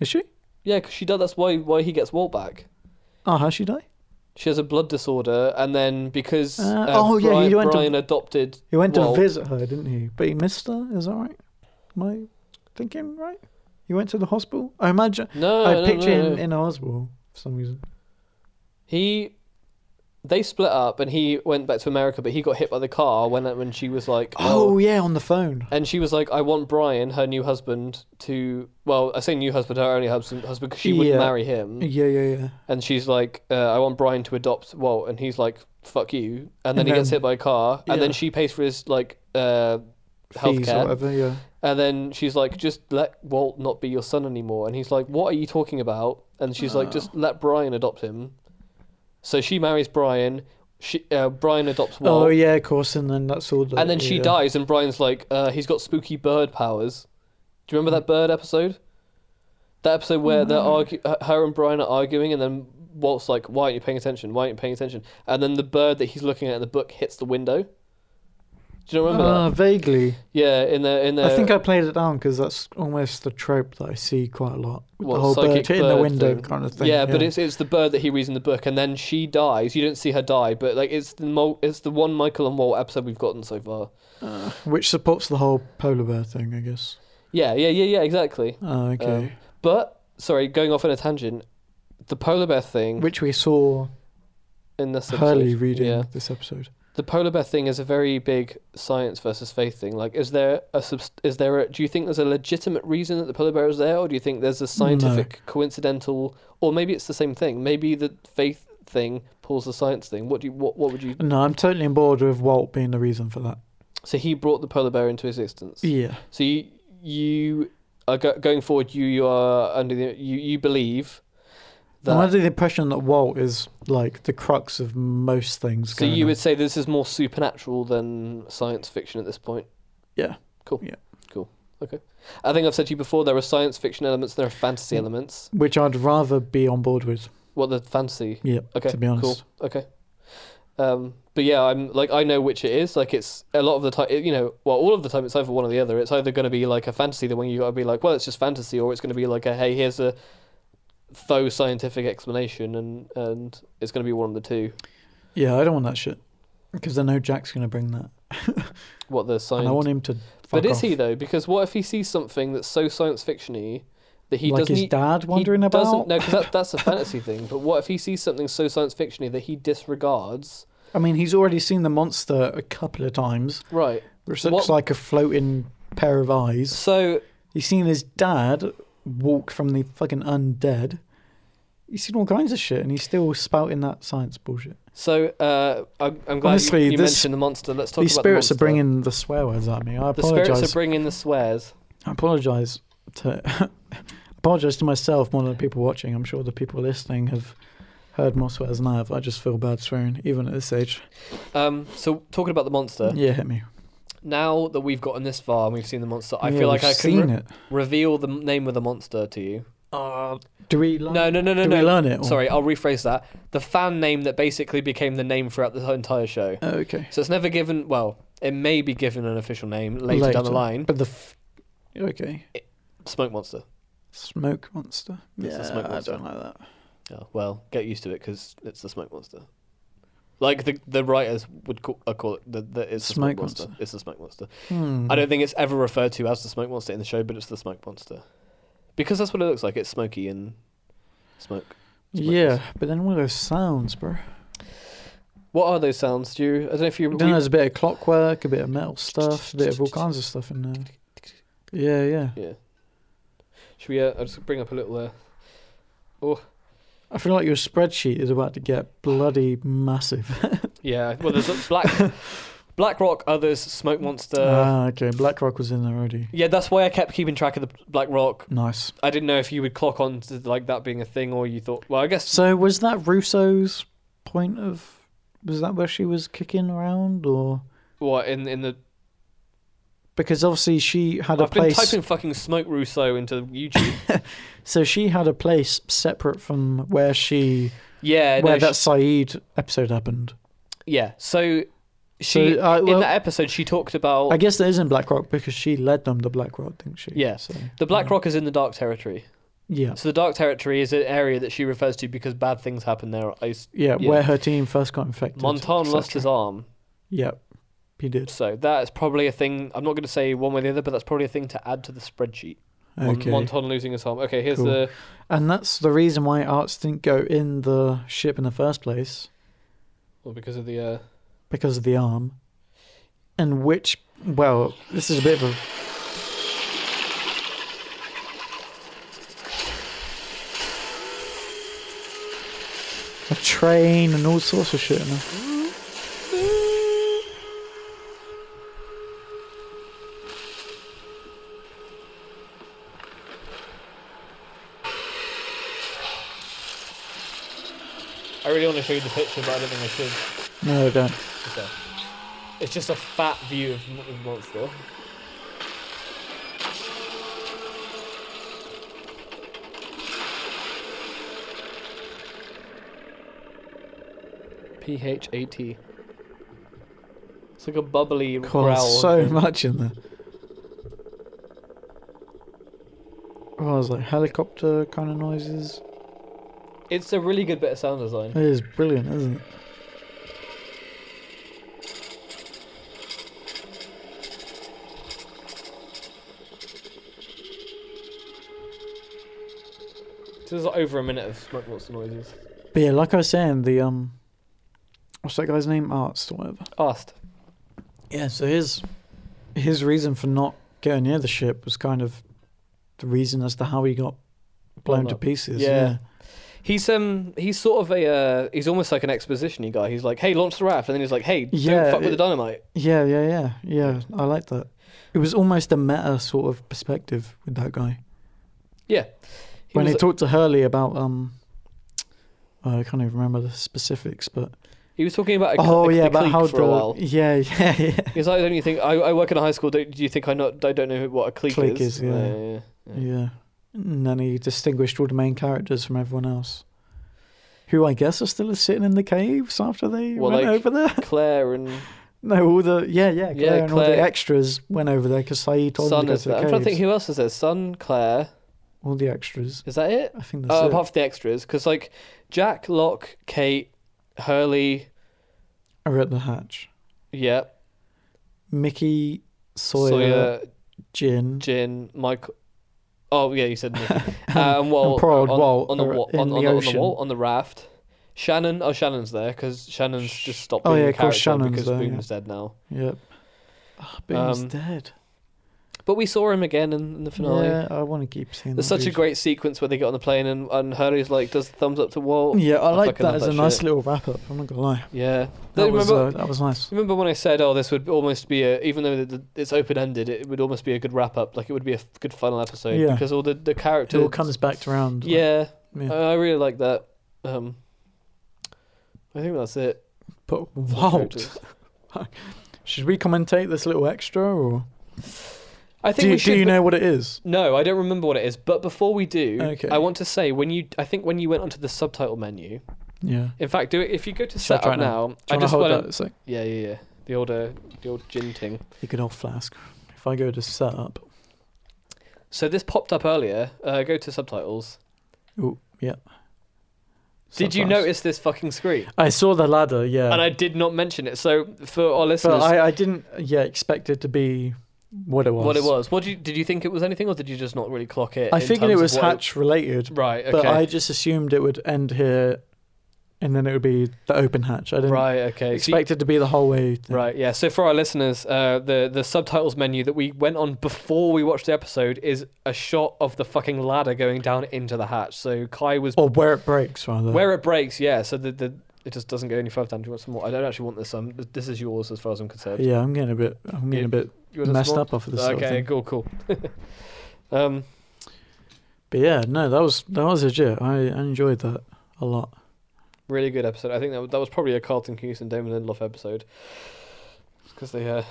[SPEAKER 2] Is she?
[SPEAKER 1] Yeah, 'cause she died. That's why why he gets Walt back.
[SPEAKER 2] Oh, how's she die?
[SPEAKER 1] She has a blood disorder, and then because
[SPEAKER 2] Uh,
[SPEAKER 1] uh,
[SPEAKER 2] oh, yeah,
[SPEAKER 1] Brian,
[SPEAKER 2] you went to-
[SPEAKER 1] Brian adopted.
[SPEAKER 2] He went
[SPEAKER 1] Walt.
[SPEAKER 2] to visit her, didn't he? But he missed her. Is that right? Am I thinking right? He went to the hospital. I imagine.
[SPEAKER 1] No,
[SPEAKER 2] I
[SPEAKER 1] no,
[SPEAKER 2] picture
[SPEAKER 1] no, no.
[SPEAKER 2] him in a hospital for some reason.
[SPEAKER 1] He, they split up, and he went back to America, but he got hit by the car when when she was like,
[SPEAKER 2] Oh,
[SPEAKER 1] oh,
[SPEAKER 2] yeah, on the phone.
[SPEAKER 1] and she was like, I want Brian, her new husband, to well, I say new husband, her only husband, husband, because she wouldn't
[SPEAKER 2] Yeah.
[SPEAKER 1] marry him,
[SPEAKER 2] Yeah, yeah, yeah.
[SPEAKER 1] and she's like, uh, I want Brian to adopt Walt, and he's like, fuck you, and then
[SPEAKER 2] And
[SPEAKER 1] he gets
[SPEAKER 2] then-
[SPEAKER 1] hit by a car, and then
[SPEAKER 2] yeah.
[SPEAKER 1] she pays for his like. Uh,
[SPEAKER 2] Fees or
[SPEAKER 1] Healthcare.
[SPEAKER 2] whatever. Yeah.
[SPEAKER 1] And then she's like, just let Walt not be your son anymore. And he's like, what are you talking about? And she's like, just let Brian adopt him. So she marries Brian. She, uh, Brian adopts Walt.
[SPEAKER 2] oh yeah, of course. And then that's all. The,
[SPEAKER 1] And then she
[SPEAKER 2] yeah.
[SPEAKER 1] dies, and Brian's like, uh, he's got spooky bird powers. Do you remember that bird episode? That episode where they're argu- h- her and Brian are arguing, and then Walt's like, why aren't you paying attention? Why aren't you paying attention? And then the bird that he's looking at in the book hits the window. Do you not remember
[SPEAKER 2] Uh,
[SPEAKER 1] that?
[SPEAKER 2] vaguely.
[SPEAKER 1] Yeah, in the in the
[SPEAKER 2] I think I played it down because that's almost the trope that I see quite a lot. With
[SPEAKER 1] What,
[SPEAKER 2] the whole
[SPEAKER 1] psychic
[SPEAKER 2] bird hitting the
[SPEAKER 1] bird
[SPEAKER 2] window
[SPEAKER 1] thing?
[SPEAKER 2] kind of thing.
[SPEAKER 1] Yeah, but it's it's the bird that he reads in the book, and then she dies. You don't see her die, but like it's the mo- it's the one Michael and Walt episode we've gotten so far.
[SPEAKER 2] which supports the whole polar bear thing, I guess.
[SPEAKER 1] Yeah, yeah, yeah, yeah, exactly.
[SPEAKER 2] Oh, okay.
[SPEAKER 1] But sorry, going off on a tangent, the polar bear thing
[SPEAKER 2] which we saw
[SPEAKER 1] in Um, this episode,
[SPEAKER 2] Hurley reading
[SPEAKER 1] yeah,
[SPEAKER 2] this episode.
[SPEAKER 1] the polar bear thing is a very big science versus faith thing. Like, is there a subst- is there a do you think there's a legitimate reason that the polar bear is there, or do you think there's a scientific coincidental, or maybe it's the same thing? Maybe the faith thing pulls the science thing. What do you what what would you
[SPEAKER 2] No, I'm totally on board with Walt being the reason for that.
[SPEAKER 1] So he brought the polar bear into existence.
[SPEAKER 2] Yeah.
[SPEAKER 1] So you, you are go- going forward. You, you are under the you, you believe
[SPEAKER 2] I'm
[SPEAKER 1] that.
[SPEAKER 2] under the impression that Walt is like the crux of most things.
[SPEAKER 1] So
[SPEAKER 2] going
[SPEAKER 1] you
[SPEAKER 2] on.
[SPEAKER 1] would say this is more supernatural than science fiction at this point.
[SPEAKER 2] Yeah.
[SPEAKER 1] Cool.
[SPEAKER 2] Yeah.
[SPEAKER 1] Cool. Okay. I think I've said to you before. There are science fiction elements. There are fantasy elements.
[SPEAKER 2] Which I'd rather be on board with.
[SPEAKER 1] What the fantasy?
[SPEAKER 2] Yeah.
[SPEAKER 1] Okay.
[SPEAKER 2] to be honest.
[SPEAKER 1] Cool. Okay. Um, but yeah, I'm like I know which it is. Like it's a lot of the time, you know, well, all of the time it's either one or the other. It's either going to be like a fantasy, the one you got to be like, well, it's just fantasy, or it's going to be like a hey, here's a faux scientific explanation, and and it's going to be one of the two.
[SPEAKER 2] Yeah, I don't want that shit because I know Jack's going to bring that,
[SPEAKER 1] What the science?
[SPEAKER 2] and I want him to.
[SPEAKER 1] but
[SPEAKER 2] fuck
[SPEAKER 1] is
[SPEAKER 2] off.
[SPEAKER 1] he though? Because what if he sees something that's so science fictiony that he
[SPEAKER 2] like
[SPEAKER 1] doesn't
[SPEAKER 2] his
[SPEAKER 1] e-
[SPEAKER 2] dad
[SPEAKER 1] he
[SPEAKER 2] wandering
[SPEAKER 1] Doesn't,
[SPEAKER 2] about?
[SPEAKER 1] no, because that, that's a fantasy thing. But what if he sees something so science fictiony that he disregards?
[SPEAKER 2] I mean, he's already seen the monster a couple of times,
[SPEAKER 1] Right.
[SPEAKER 2] which
[SPEAKER 1] What-
[SPEAKER 2] looks like a floating pair of eyes.
[SPEAKER 1] So
[SPEAKER 2] He's seen his dad walk from the fucking undead. he's seen all kinds of shit, and he's still spouting that science bullshit.
[SPEAKER 1] So uh, I'm, I'm glad
[SPEAKER 2] Honestly,
[SPEAKER 1] you, you
[SPEAKER 2] this-
[SPEAKER 1] mentioned the monster. Let's talk
[SPEAKER 2] These
[SPEAKER 1] about
[SPEAKER 2] spirits
[SPEAKER 1] the monster.
[SPEAKER 2] are bringing the swear words at me. I
[SPEAKER 1] the spirits
[SPEAKER 2] apologize.
[SPEAKER 1] are bringing the swears.
[SPEAKER 2] I apologize to apologize to myself more than the people watching. I'm sure the people listening have heard more swears than I have. I just feel bad swearing, even at this age.
[SPEAKER 1] Um, so talking about the monster.
[SPEAKER 2] Yeah, hit me.
[SPEAKER 1] Now that we've gotten this far and we've seen the monster, I
[SPEAKER 2] Yeah,
[SPEAKER 1] feel like
[SPEAKER 2] we've
[SPEAKER 1] I can
[SPEAKER 2] seen
[SPEAKER 1] re-
[SPEAKER 2] it.
[SPEAKER 1] reveal the name of the monster to you.
[SPEAKER 2] Uh, do we? Learn,
[SPEAKER 1] No, no, no, no,
[SPEAKER 2] do
[SPEAKER 1] no.
[SPEAKER 2] we learn it? or-
[SPEAKER 1] Sorry, I'll rephrase that. The fan name that basically became the name throughout the entire show.
[SPEAKER 2] Oh, okay.
[SPEAKER 1] So it's never given. Well, it may be given an official name later, down the line.
[SPEAKER 2] But the f- okay
[SPEAKER 1] Smoke monster.
[SPEAKER 2] smoke monster.
[SPEAKER 1] It's
[SPEAKER 2] yeah,
[SPEAKER 1] the smoke monster.
[SPEAKER 2] I don't like that.
[SPEAKER 1] Oh, well, get used to it because it's the smoke monster. Like the the writers would call, uh, call it the, the it's the smoke,
[SPEAKER 2] Smoke
[SPEAKER 1] monster. Mm-hmm.
[SPEAKER 2] monster.
[SPEAKER 1] It's the smoke monster.
[SPEAKER 2] Hmm.
[SPEAKER 1] I don't think it's ever referred to as the smoke monster in the show, but it's the smoke monster because that's what it looks like. It's smoky and smoke. smoke
[SPEAKER 2] Yeah,
[SPEAKER 1] monster.
[SPEAKER 2] but then what are those sounds, bro?
[SPEAKER 1] What are those sounds? Do you? I don't know if you.
[SPEAKER 2] Then there's a bit of clockwork, a bit of metal stuff, a bit of all kinds of stuff in there. Yeah, yeah.
[SPEAKER 1] yeah. Should we? Uh, I'll just bring up a little. Uh,
[SPEAKER 2] I feel like your spreadsheet is about to get bloody massive.
[SPEAKER 1] yeah. Well, there's a black black rock, others smoke monster.
[SPEAKER 2] ah, okay. BlackRock was in there already.
[SPEAKER 1] yeah, that's why I kept keeping track of the black rock
[SPEAKER 2] Nice.
[SPEAKER 1] I didn't know if you would clock on to like that being a thing, or you thought, well, I guess
[SPEAKER 2] So was that Russo's point of? Was that where she was kicking around, or
[SPEAKER 1] what in in the
[SPEAKER 2] because obviously she had a
[SPEAKER 1] I've been
[SPEAKER 2] place?
[SPEAKER 1] typing fucking smoke Rousseau into YouTube.
[SPEAKER 2] So she had a place separate from where she
[SPEAKER 1] yeah,
[SPEAKER 2] where
[SPEAKER 1] no,
[SPEAKER 2] that
[SPEAKER 1] sh-
[SPEAKER 2] Saeed episode happened.
[SPEAKER 1] yeah. So she
[SPEAKER 2] So, uh,
[SPEAKER 1] in
[SPEAKER 2] well-
[SPEAKER 1] that episode she talked about
[SPEAKER 2] I guess there isn't BlackRock because she led them to BlackRock, didn't she?
[SPEAKER 1] Yeah.
[SPEAKER 2] So,
[SPEAKER 1] the Black Rock is in the Dark Territory.
[SPEAKER 2] Yeah.
[SPEAKER 1] So the Dark Territory is an area that she refers to because bad things happen there. I s
[SPEAKER 2] Yeah,
[SPEAKER 1] Yeah.
[SPEAKER 2] where her team first got infected.
[SPEAKER 1] Montan lost his
[SPEAKER 2] arm.
[SPEAKER 1] arm,
[SPEAKER 2] Yep, he did.
[SPEAKER 1] so that is probably a thing. I'm not going to say one way or the other, but that's probably a thing to add to the spreadsheet. Mon-
[SPEAKER 2] Okay.
[SPEAKER 1] Montan losing his arm. Okay, here's
[SPEAKER 2] Cool.
[SPEAKER 1] the
[SPEAKER 2] and that's the reason why Arts didn't go in the ship in the first place
[SPEAKER 1] well because of the uh,
[SPEAKER 2] because of the arm. And which, well, this is a bit of a. A train and all sorts of shit. in there.
[SPEAKER 1] I really want to show you the picture, but I don't think I should.
[SPEAKER 2] No, don't.
[SPEAKER 1] Okay. It's just a fat view of m- of monster. P H A T. It's like a bubbly
[SPEAKER 2] God,
[SPEAKER 1] growl.
[SPEAKER 2] there's so much in there. Oh, there's like helicopter kind of noises.
[SPEAKER 1] It's a really good bit of sound design.
[SPEAKER 2] It is brilliant, isn't it?
[SPEAKER 1] This is over a minute of smoke monster noises.
[SPEAKER 2] But yeah, like I was saying, the um, what's that guy's name? Arts or whatever.
[SPEAKER 1] Asked.
[SPEAKER 2] Yeah. So his his reason for not getting near the ship was kind of the reason as to how he got blown
[SPEAKER 1] Blown
[SPEAKER 2] to
[SPEAKER 1] up.
[SPEAKER 2] pieces.
[SPEAKER 1] Yeah. He's um he's sort of a uh, he's almost like an expositiony guy. He's like, hey, launch the raft, and then he's like, hey, don't
[SPEAKER 2] Yeah,
[SPEAKER 1] fuck with the
[SPEAKER 2] it-
[SPEAKER 1] dynamite.
[SPEAKER 2] Yeah. Yeah. Yeah. Yeah. yeah I like that. It was almost a meta sort of perspective with that guy.
[SPEAKER 1] Yeah. He
[SPEAKER 2] when
[SPEAKER 1] was,
[SPEAKER 2] he talked to Hurley about um, uh, I can't even remember the specifics, but
[SPEAKER 1] he was talking about a,
[SPEAKER 2] oh
[SPEAKER 1] a,
[SPEAKER 2] yeah,
[SPEAKER 1] a
[SPEAKER 2] about
[SPEAKER 1] clique
[SPEAKER 2] how
[SPEAKER 1] for a while.
[SPEAKER 2] the yeah yeah yeah
[SPEAKER 1] He's like, don't you think I, I work in a high school? Don't, do you think I not I don't know who- what a clique,
[SPEAKER 2] Clique is, yeah.
[SPEAKER 1] yeah, yeah.
[SPEAKER 2] yeah, and then he distinguished all the main characters from everyone else, who I guess are still sitting in the caves after they
[SPEAKER 1] Well,
[SPEAKER 2] went
[SPEAKER 1] like-
[SPEAKER 2] over there.
[SPEAKER 1] Claire and
[SPEAKER 2] No, all the yeah yeah Claire
[SPEAKER 1] Yeah,
[SPEAKER 2] and all the
[SPEAKER 1] Claire-
[SPEAKER 2] extras went over there because Saeed told
[SPEAKER 1] Son.
[SPEAKER 2] them to go
[SPEAKER 1] Is
[SPEAKER 2] to the
[SPEAKER 1] there. I'm
[SPEAKER 2] caves.
[SPEAKER 1] trying to think who else is there. Son, Claire.
[SPEAKER 2] all the extras.
[SPEAKER 1] Is that it?
[SPEAKER 2] I think that's
[SPEAKER 1] Uh,
[SPEAKER 2] it.
[SPEAKER 1] apart from the extras, because like Jack, Locke, Kate, Hurley,
[SPEAKER 2] I wrote the hatch.
[SPEAKER 1] yeah,
[SPEAKER 2] Mickey Sawyer,
[SPEAKER 1] Sawyer,
[SPEAKER 2] Jin,
[SPEAKER 1] Jin, Michael. Oh yeah, you said Nick. um, well,
[SPEAKER 2] and poor old
[SPEAKER 1] on,
[SPEAKER 2] Walt
[SPEAKER 1] on the
[SPEAKER 2] are
[SPEAKER 1] wa-
[SPEAKER 2] in
[SPEAKER 1] on,
[SPEAKER 2] the
[SPEAKER 1] on, the, on the
[SPEAKER 2] ocean.
[SPEAKER 1] wall on the raft. Shannon, oh Shannon's there because Shannon's just stopped
[SPEAKER 2] Oh,
[SPEAKER 1] being
[SPEAKER 2] yeah,
[SPEAKER 1] a
[SPEAKER 2] of course
[SPEAKER 1] character
[SPEAKER 2] Shannon's
[SPEAKER 1] because
[SPEAKER 2] there,
[SPEAKER 1] Boom's dead now.
[SPEAKER 2] Yep. Oh, Boom's
[SPEAKER 1] Um,
[SPEAKER 2] Ah, dead.
[SPEAKER 1] But we saw him again in, in the finale.
[SPEAKER 2] Yeah, I want to keep seeing.
[SPEAKER 1] There's
[SPEAKER 2] that
[SPEAKER 1] such a
[SPEAKER 2] dude.
[SPEAKER 1] great sequence where they get on the plane and, and Hurley's like does the thumbs up to Walt.
[SPEAKER 2] Yeah, I like
[SPEAKER 1] fucking
[SPEAKER 2] that
[SPEAKER 1] love
[SPEAKER 2] as
[SPEAKER 1] that
[SPEAKER 2] a nice
[SPEAKER 1] shit.
[SPEAKER 2] little wrap up. I'm not gonna lie.
[SPEAKER 1] Yeah.
[SPEAKER 2] That was
[SPEAKER 1] remember,
[SPEAKER 2] uh, that was nice.
[SPEAKER 1] remember when I said, oh, this would almost be a, even though the- it's open ended, it would almost be a good wrap up. Like it would be a f- good final episode
[SPEAKER 2] Yeah.
[SPEAKER 1] because all the, the
[SPEAKER 2] It
[SPEAKER 1] characters.
[SPEAKER 2] all comes back to round. like,
[SPEAKER 1] Yeah. Uh,
[SPEAKER 2] yeah.
[SPEAKER 1] I I really like that. Um, I think that's it.
[SPEAKER 2] but
[SPEAKER 1] for the
[SPEAKER 2] Walt,
[SPEAKER 1] characters.
[SPEAKER 2] should we commentate this little extra, or
[SPEAKER 1] I
[SPEAKER 2] do
[SPEAKER 1] think
[SPEAKER 2] you,
[SPEAKER 1] we should.
[SPEAKER 2] do you
[SPEAKER 1] but-
[SPEAKER 2] know what it is?
[SPEAKER 1] No, I don't remember what it is. But before we do,
[SPEAKER 2] Okay.
[SPEAKER 1] I want to say when you, I think when you went onto the subtitle menu.
[SPEAKER 2] Yeah.
[SPEAKER 1] In fact, do it if you go to
[SPEAKER 2] Should I
[SPEAKER 1] setup
[SPEAKER 2] try
[SPEAKER 1] now. I
[SPEAKER 2] now? Do you want to
[SPEAKER 1] just
[SPEAKER 2] hold
[SPEAKER 1] want
[SPEAKER 2] that? It's like
[SPEAKER 1] Yeah, yeah, yeah. The old, uh, the old gin ting.
[SPEAKER 2] you could hold flask. If I go to setup,
[SPEAKER 1] So this popped up earlier. Uh, go to subtitles.
[SPEAKER 2] ooh, yeah.
[SPEAKER 1] Did you
[SPEAKER 2] Subtitles.
[SPEAKER 1] notice this fucking screen?
[SPEAKER 2] I saw the ladder. Yeah.
[SPEAKER 1] And I did not mention it. So for our listeners,
[SPEAKER 2] but I, I didn't. Yeah, expect it to be what it was.
[SPEAKER 1] what it was? What did you, did you think it was anything, or did you just not really clock it?
[SPEAKER 2] I
[SPEAKER 1] in
[SPEAKER 2] figured
[SPEAKER 1] terms
[SPEAKER 2] it
[SPEAKER 1] of
[SPEAKER 2] was
[SPEAKER 1] what
[SPEAKER 2] hatch related,
[SPEAKER 1] Right. Okay.
[SPEAKER 2] But I just assumed it would end here, and then it would be the open hatch. I didn't
[SPEAKER 1] right. Okay. So you-
[SPEAKER 2] expect it to be the whole way. thing.
[SPEAKER 1] Right, yeah. So for our listeners, uh, the the subtitles menu that we went on before we watched the episode is a shot of the fucking ladder going down into the hatch. So Kai was
[SPEAKER 2] or where it breaks rather.
[SPEAKER 1] where it breaks, yeah. So the, the it just doesn't go any further down. Do you want some more? I don't actually want this. Um, th- this is yours as far as I'm concerned.
[SPEAKER 2] yeah, I'm getting a bit. I'm getting a bit
[SPEAKER 1] You want some
[SPEAKER 2] messed
[SPEAKER 1] more?
[SPEAKER 2] up off of this. Sort of
[SPEAKER 1] Okay,
[SPEAKER 2] thing.
[SPEAKER 1] cool, cool. um,
[SPEAKER 2] But yeah, no, that was that was legit. I, I enjoyed that a lot.
[SPEAKER 1] really good episode. I think that, that was probably a Carlton Hughes and Damon Lindelof episode because they. Uh,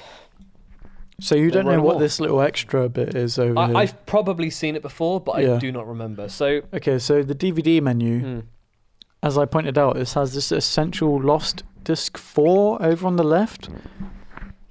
[SPEAKER 2] So you
[SPEAKER 1] They
[SPEAKER 2] don't know
[SPEAKER 1] wrote
[SPEAKER 2] what
[SPEAKER 1] more.
[SPEAKER 2] this little extra bit is over
[SPEAKER 1] I,
[SPEAKER 2] here.
[SPEAKER 1] I've probably seen it before, but I
[SPEAKER 2] Yeah. Mm.
[SPEAKER 1] do not remember. So.
[SPEAKER 2] Okay, so the DVD menu,
[SPEAKER 1] hmm.
[SPEAKER 2] as I pointed out, this has this essential lost disc four over on the left.
[SPEAKER 1] Hmm.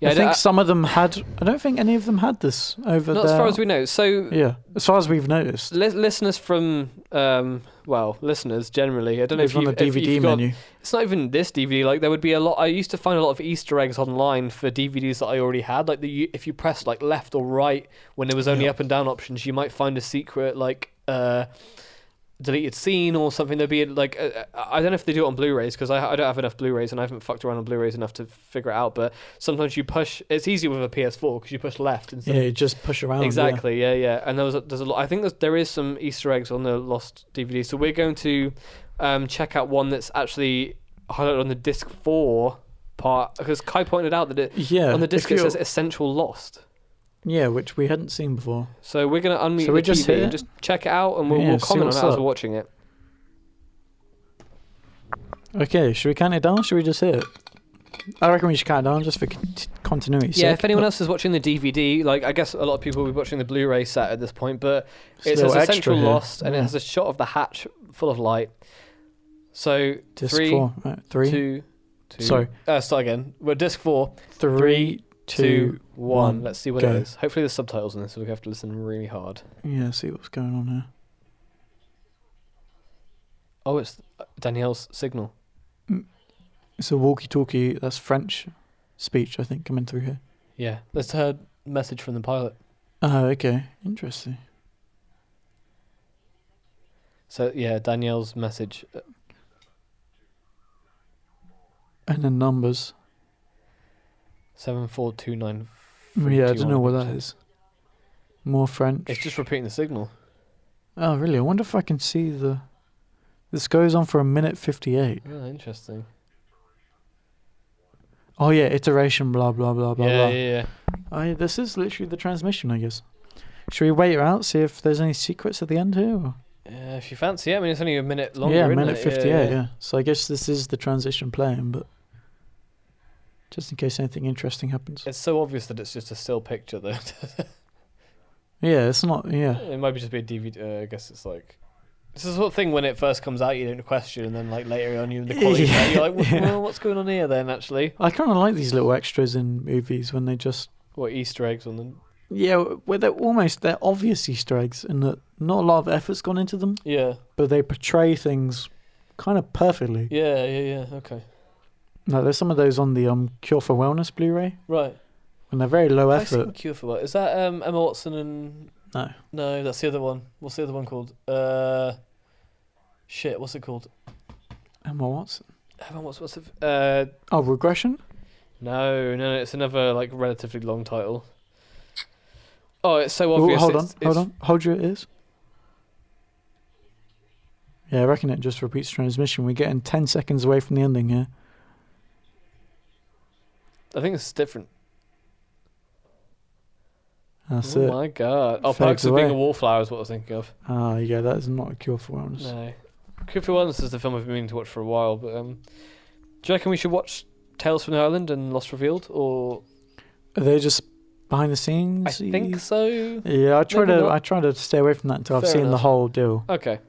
[SPEAKER 1] Yeah, I
[SPEAKER 2] I think
[SPEAKER 1] don't-
[SPEAKER 2] some of them had. I don't think any of them had this over
[SPEAKER 1] not
[SPEAKER 2] there.
[SPEAKER 1] as far as we know. So
[SPEAKER 2] uh, yeah, as far as we've noticed.
[SPEAKER 1] Lis- listeners from um well listeners generally i don't know
[SPEAKER 2] It's
[SPEAKER 1] if
[SPEAKER 2] on
[SPEAKER 1] you
[SPEAKER 2] the DVD
[SPEAKER 1] got,
[SPEAKER 2] menu.
[SPEAKER 1] it's not even this dvd like there would be a lot i used to find a lot of easter eggs online for dvds that i already had like the you- if you pressed like left or right when there was only
[SPEAKER 2] Yeah.
[SPEAKER 1] up and down options you might find a secret like uh deleted scene or something there'd be like uh, i don't know if they do it on blu-rays because I, I don't have enough blu-rays and i haven't fucked around on blu-rays enough to figure it out but sometimes you push it's easier with a ps4 because you push left instead
[SPEAKER 2] Yeah,
[SPEAKER 1] of
[SPEAKER 2] you just push around. Oh, yeah.
[SPEAKER 1] Exactly. Yeah, yeah. And there was a, there's a lot. I think there's, there is some Easter eggs on the lost DVD. So we're going to um, check out one that's actually highlighted on the disc four part because Kai pointed out that it
[SPEAKER 2] Yeah.
[SPEAKER 1] on the
[SPEAKER 2] if
[SPEAKER 1] disc it
[SPEAKER 2] you're-
[SPEAKER 1] says essential lost.
[SPEAKER 2] yeah, which we hadn't seen before.
[SPEAKER 1] So we're gonna unmute
[SPEAKER 2] So we
[SPEAKER 1] the
[SPEAKER 2] just
[SPEAKER 1] TV
[SPEAKER 2] hit
[SPEAKER 1] and
[SPEAKER 2] it?
[SPEAKER 1] just check it out, and we'll,
[SPEAKER 2] Yeah,
[SPEAKER 1] we'll
[SPEAKER 2] see
[SPEAKER 1] comment on
[SPEAKER 2] what's
[SPEAKER 1] it as
[SPEAKER 2] up.
[SPEAKER 1] we're watching it.
[SPEAKER 2] Okay, should we count it down? Or should we just hit it? I reckon we should count it down just for cont- continuity.
[SPEAKER 1] Yeah. If anyone else is watching the DVD, like I guess a lot of people will be watching the Blu-ray set at this point, but it says essential lost, and it has a shot of the hatch full of light. So
[SPEAKER 2] disc
[SPEAKER 1] three,
[SPEAKER 2] four. Right, three,
[SPEAKER 1] two, two.
[SPEAKER 2] Sorry.
[SPEAKER 1] Uh, start again. We're disc four.
[SPEAKER 2] three,
[SPEAKER 1] two, one.
[SPEAKER 2] one,
[SPEAKER 1] Let's see what
[SPEAKER 2] go.
[SPEAKER 1] it is. Hopefully, there's subtitles on this, so we have to listen really hard.
[SPEAKER 2] Yeah, see what's going on here.
[SPEAKER 1] Oh, it's Danielle's signal.
[SPEAKER 2] It's a walkie-talkie. That's French speech, I think, coming through here.
[SPEAKER 1] Yeah, that's her message from the pilot.
[SPEAKER 2] Oh, okay, interesting.
[SPEAKER 1] So yeah, Danielle's message. Uh,
[SPEAKER 2] And then numbers.
[SPEAKER 1] Seven four two nine. three,
[SPEAKER 2] Yeah, I
[SPEAKER 1] two,
[SPEAKER 2] don't
[SPEAKER 1] one,
[SPEAKER 2] know what
[SPEAKER 1] think
[SPEAKER 2] that is. More French.
[SPEAKER 1] It's just repeating the signal.
[SPEAKER 2] Oh, really? I wonder if I can see the. This goes on for a minute 58.
[SPEAKER 1] Oh, interesting.
[SPEAKER 2] Oh, yeah, iteration, blah, blah, blah, blah,
[SPEAKER 1] yeah,
[SPEAKER 2] blah.
[SPEAKER 1] yeah, yeah.
[SPEAKER 2] I, this is literally the transmission, I guess. Should we wait it out, see if there's any secrets at the end here? Or?
[SPEAKER 1] Yeah, if you fancy, it. I mean, it's only a minute longer.
[SPEAKER 2] yeah,
[SPEAKER 1] isn't
[SPEAKER 2] minute
[SPEAKER 1] it?
[SPEAKER 2] 58, yeah, So I guess this is the transition playing, but just in case anything interesting happens.
[SPEAKER 1] It's so obvious that it's just a still picture, though.
[SPEAKER 2] Yeah, it's not, yeah.
[SPEAKER 1] it might be just be a DVD. Uh, I guess it's like. It's the sort of thing when it first comes out, you don't question, and then like later on, you the quality,
[SPEAKER 2] Yeah,
[SPEAKER 1] you're like, well,
[SPEAKER 2] yeah.
[SPEAKER 1] well, what's going on here then? Actually,
[SPEAKER 2] I kind of like these little extras in movies when they just.
[SPEAKER 1] What Easter eggs on them?
[SPEAKER 2] Yeah, where they're almost, they're obvious Easter eggs, and that not a lot of effort's gone into them.
[SPEAKER 1] Yeah,
[SPEAKER 2] but they portray things kind of perfectly.
[SPEAKER 1] yeah, yeah, yeah. Okay,
[SPEAKER 2] Like there's some of those on the um, Cure for Wellness Blu-ray,
[SPEAKER 1] right.
[SPEAKER 2] and they're very low
[SPEAKER 1] I've seen
[SPEAKER 2] effort.
[SPEAKER 1] Cure for What? Is that um, Emma Watson and
[SPEAKER 2] No,
[SPEAKER 1] no? That's the other one. What's the other one called? Uh, shit. What's it called?
[SPEAKER 2] Emma Watson.
[SPEAKER 1] Emma Watson. What's it? Uh,
[SPEAKER 2] Oh, regression.
[SPEAKER 1] no, no, no. It's another like relatively long title. Oh, it's so
[SPEAKER 2] Ooh,
[SPEAKER 1] obvious.
[SPEAKER 2] hold on,
[SPEAKER 1] it's,
[SPEAKER 2] hold
[SPEAKER 1] it's-
[SPEAKER 2] on. Hold your ears. Yeah, I reckon it just repeats transmission. We're getting 10 seconds away from the ending here.
[SPEAKER 1] I think it's different.
[SPEAKER 2] That's
[SPEAKER 1] oh
[SPEAKER 2] it.
[SPEAKER 1] my god. Oh,
[SPEAKER 2] Fades
[SPEAKER 1] Perks of Being
[SPEAKER 2] away.
[SPEAKER 1] a Wallflower is what I was thinking of.
[SPEAKER 2] Ah, yeah, that is not a cure for wellness.
[SPEAKER 1] No. Cooper Wellness is the film I've been meaning to watch for a while, but um, do you reckon we should watch Tales from the Island and Lost Revealed? Or
[SPEAKER 2] Are they just behind the scenes?
[SPEAKER 1] I think so.
[SPEAKER 2] Yeah, I try
[SPEAKER 1] Maybe
[SPEAKER 2] to
[SPEAKER 1] not.
[SPEAKER 2] I try to stay away from that until I've
[SPEAKER 1] Fair
[SPEAKER 2] seen the
[SPEAKER 1] enough.
[SPEAKER 2] whole deal.
[SPEAKER 1] Okay.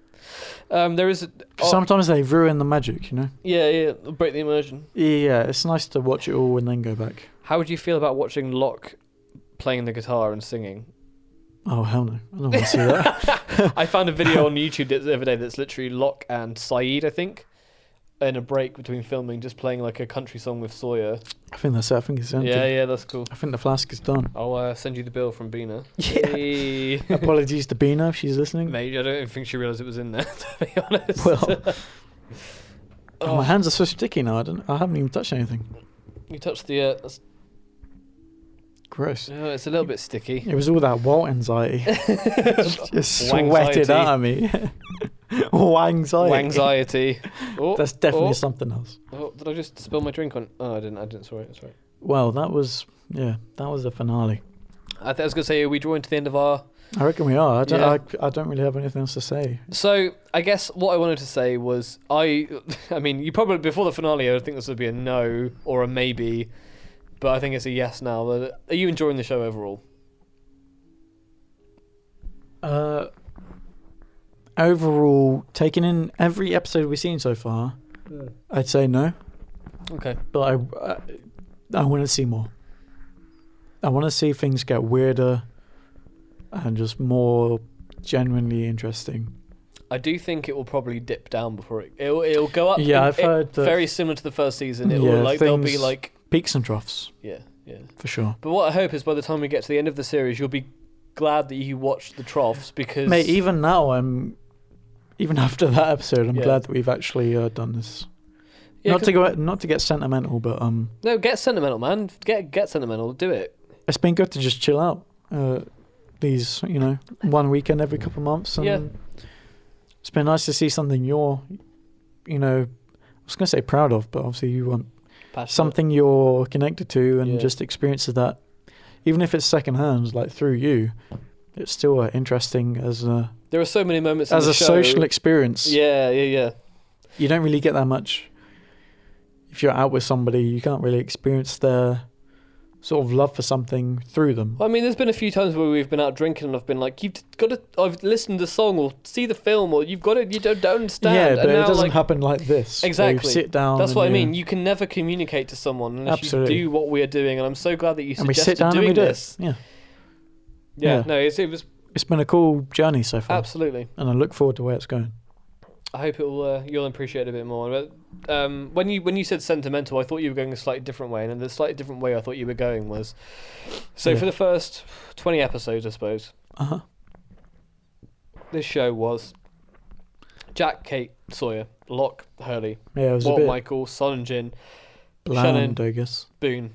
[SPEAKER 1] Um, there is. A,
[SPEAKER 2] 'Cause
[SPEAKER 1] oh,
[SPEAKER 2] Sometimes they ruin the magic, you know.
[SPEAKER 1] yeah, yeah. Break the immersion.
[SPEAKER 2] Yeah, it's nice to watch it all and then go back.
[SPEAKER 1] How would you feel about watching Locke playing the guitar and singing?
[SPEAKER 2] Oh hell no, I don't want to see that.
[SPEAKER 1] I found a video on YouTube the other day that's literally Locke and Saeed, I think, in a break between filming, just playing like a country song with Sawyer.
[SPEAKER 2] I think that's it. I think it's empty.
[SPEAKER 1] Yeah, yeah, that's cool.
[SPEAKER 2] I think the flask is done.
[SPEAKER 1] I'll uh, send you the bill from Bina.
[SPEAKER 2] Yeah.
[SPEAKER 1] Hey.
[SPEAKER 2] Apologies to Bina if she's listening.
[SPEAKER 1] Mate, I don't even think she realised it was in there, to be honest.
[SPEAKER 2] Well,
[SPEAKER 1] Oh,
[SPEAKER 2] my hands are so sticky now. I don't. I haven't even touched anything.
[SPEAKER 1] you touched the. Uh, that's-
[SPEAKER 2] Gross.
[SPEAKER 1] no, it's a little bit sticky.
[SPEAKER 2] It was all that Walt anxiety. It's just sweated
[SPEAKER 1] Wanxiety.
[SPEAKER 2] out of me. Wanxiety.
[SPEAKER 1] Anxiety. Oh,
[SPEAKER 2] That's definitely
[SPEAKER 1] oh,
[SPEAKER 2] something else.
[SPEAKER 1] oh, did I just spill my drink on? Oh, I didn't. I didn't. Sorry. Sorry.
[SPEAKER 2] Well, that was yeah, that was the finale.
[SPEAKER 1] I, th- I was gonna say, are we drawing to the end of our
[SPEAKER 2] I reckon we are. I don't.
[SPEAKER 1] Yeah.
[SPEAKER 2] I, I don't really have anything else to say.
[SPEAKER 1] So I guess what I wanted to say was I, I mean, you probably before the finale, I would think this would be a no or a maybe, but I think it's a yes now. But Are you enjoying the show overall?
[SPEAKER 2] Uh, overall, taking in every episode we've seen so far, I'd say no.
[SPEAKER 1] Okay.
[SPEAKER 2] But I, I, I want to see more. I want to see things get weirder, and just more genuinely interesting.
[SPEAKER 1] I do think it will probably dip down before it. It'll, it'll go up.
[SPEAKER 2] Yeah,
[SPEAKER 1] It-
[SPEAKER 2] I've
[SPEAKER 1] it-
[SPEAKER 2] heard that-
[SPEAKER 1] very similar to the first season. It
[SPEAKER 2] Yeah,
[SPEAKER 1] will like there'll be
[SPEAKER 2] things-
[SPEAKER 1] like
[SPEAKER 2] Peaks and troughs
[SPEAKER 1] yeah yeah.
[SPEAKER 2] for sure.
[SPEAKER 1] But what I hope is by the time we get to the end of the series, you'll be glad that you watched the troughs because
[SPEAKER 2] Mate, even now I'm, even after that episode, I'm
[SPEAKER 1] Yeah.
[SPEAKER 2] glad that we've actually uh, done this.
[SPEAKER 1] Yeah,
[SPEAKER 2] not
[SPEAKER 1] 'cause-
[SPEAKER 2] to go, not to get sentimental, but um,
[SPEAKER 1] no get sentimental man get get sentimental do it
[SPEAKER 2] it's been good to just chill out. Uh, these, you know, one weekend every couple of months, and
[SPEAKER 1] Yeah.
[SPEAKER 2] it's been nice to see something you're, you know, I was gonna say proud of, but obviously you want
[SPEAKER 1] Passionate.
[SPEAKER 2] something you're connected to, and
[SPEAKER 1] Yeah.
[SPEAKER 2] just experiences that, even if it's secondhand, like through you, it's still uh, interesting as a
[SPEAKER 1] There are so many moments in
[SPEAKER 2] as
[SPEAKER 1] the
[SPEAKER 2] a
[SPEAKER 1] show-
[SPEAKER 2] social experience.
[SPEAKER 1] Yeah, yeah, yeah.
[SPEAKER 2] you don't really get that much if you're out with somebody you can't really experience their sort of love for something through them
[SPEAKER 1] Well, I mean, there's been a few times where we've been out drinking and I've been like, "You've got to," I've listened to the song or see the film or you've got to, you don't, don't understand.
[SPEAKER 2] yeah
[SPEAKER 1] And
[SPEAKER 2] but it
[SPEAKER 1] now,
[SPEAKER 2] doesn't
[SPEAKER 1] like,
[SPEAKER 2] happen like this where
[SPEAKER 1] Exactly.
[SPEAKER 2] you sit down
[SPEAKER 1] That's
[SPEAKER 2] and
[SPEAKER 1] what I
[SPEAKER 2] you-
[SPEAKER 1] mean. You can never communicate to someone unless
[SPEAKER 2] Absolutely.
[SPEAKER 1] you do what we are doing. And I'm so glad that you
[SPEAKER 2] and we
[SPEAKER 1] suggested
[SPEAKER 2] sit down
[SPEAKER 1] doing
[SPEAKER 2] and we do it.
[SPEAKER 1] this.
[SPEAKER 2] yeah
[SPEAKER 1] Yeah,
[SPEAKER 2] Yeah.
[SPEAKER 1] no, it's, it was
[SPEAKER 2] it's been a cool journey so far
[SPEAKER 1] absolutely.
[SPEAKER 2] and i look forward to where it's going
[SPEAKER 1] I hope it'll uh, you'll appreciate it a bit more. But um, when you when you said sentimental, I thought you were going a slightly different way, and the slightly different way I thought you were going was, so
[SPEAKER 2] Yeah.
[SPEAKER 1] for the first twenty episodes, I suppose,
[SPEAKER 2] uh-huh
[SPEAKER 1] this show was Jack, Kate, Sawyer, Locke, Hurley,
[SPEAKER 2] yeah it was a
[SPEAKER 1] Walt,
[SPEAKER 2] bit
[SPEAKER 1] Michael, Solingen,
[SPEAKER 2] bland i guess
[SPEAKER 1] Boone.